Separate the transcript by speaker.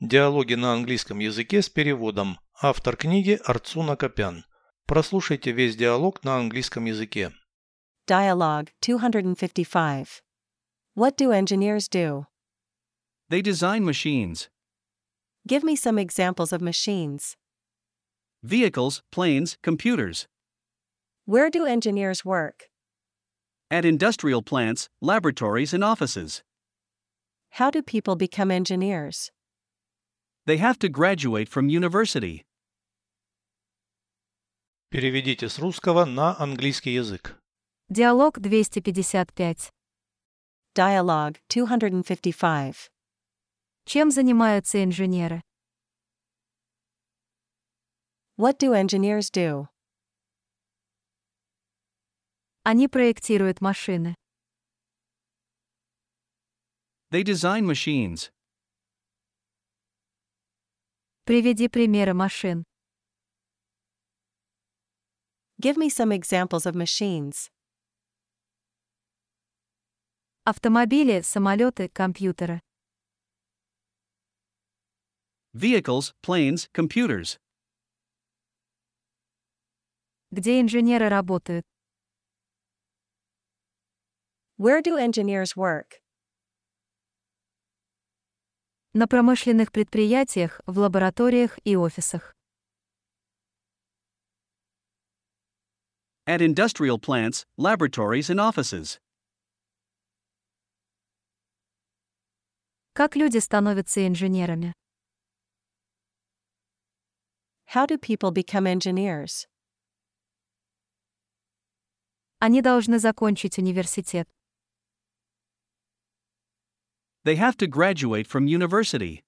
Speaker 1: Диалоги на английском языке с переводом. Автор книги Арцуна Копян. Прослушайте весь диалог на английском языке.
Speaker 2: Dialogue 255. What do engineers do?
Speaker 3: They design machines,
Speaker 2: Give me some examples of machines.
Speaker 3: vehicles, planes, computers.
Speaker 2: Where do engineers work?
Speaker 3: At industrial plants, laboratories, and offices.
Speaker 2: How do people become engineers?
Speaker 3: They have to graduate from university.
Speaker 1: Переведите с русского на английский язык.
Speaker 4: Диалог 255.
Speaker 2: Dialogue 255.
Speaker 4: Чем занимаются инженеры?
Speaker 2: What do engineers do?
Speaker 4: Они проектируют машины.
Speaker 3: They design machines.
Speaker 4: Приведи примеры машин.
Speaker 2: Give me some examples of machines.
Speaker 4: Автомобили, самолеты, компьютеры.
Speaker 3: Vehicles, planes, computers.
Speaker 4: Где инженеры работают?
Speaker 2: Where do engineers work?
Speaker 4: На промышленных предприятиях, в лабораториях и офисах.
Speaker 3: At industrial plants, laboratories, and offices.
Speaker 4: Как люди становятся инженерами?
Speaker 2: How do people become engineers?
Speaker 4: Они должны закончить университет.
Speaker 3: They have to graduate from university.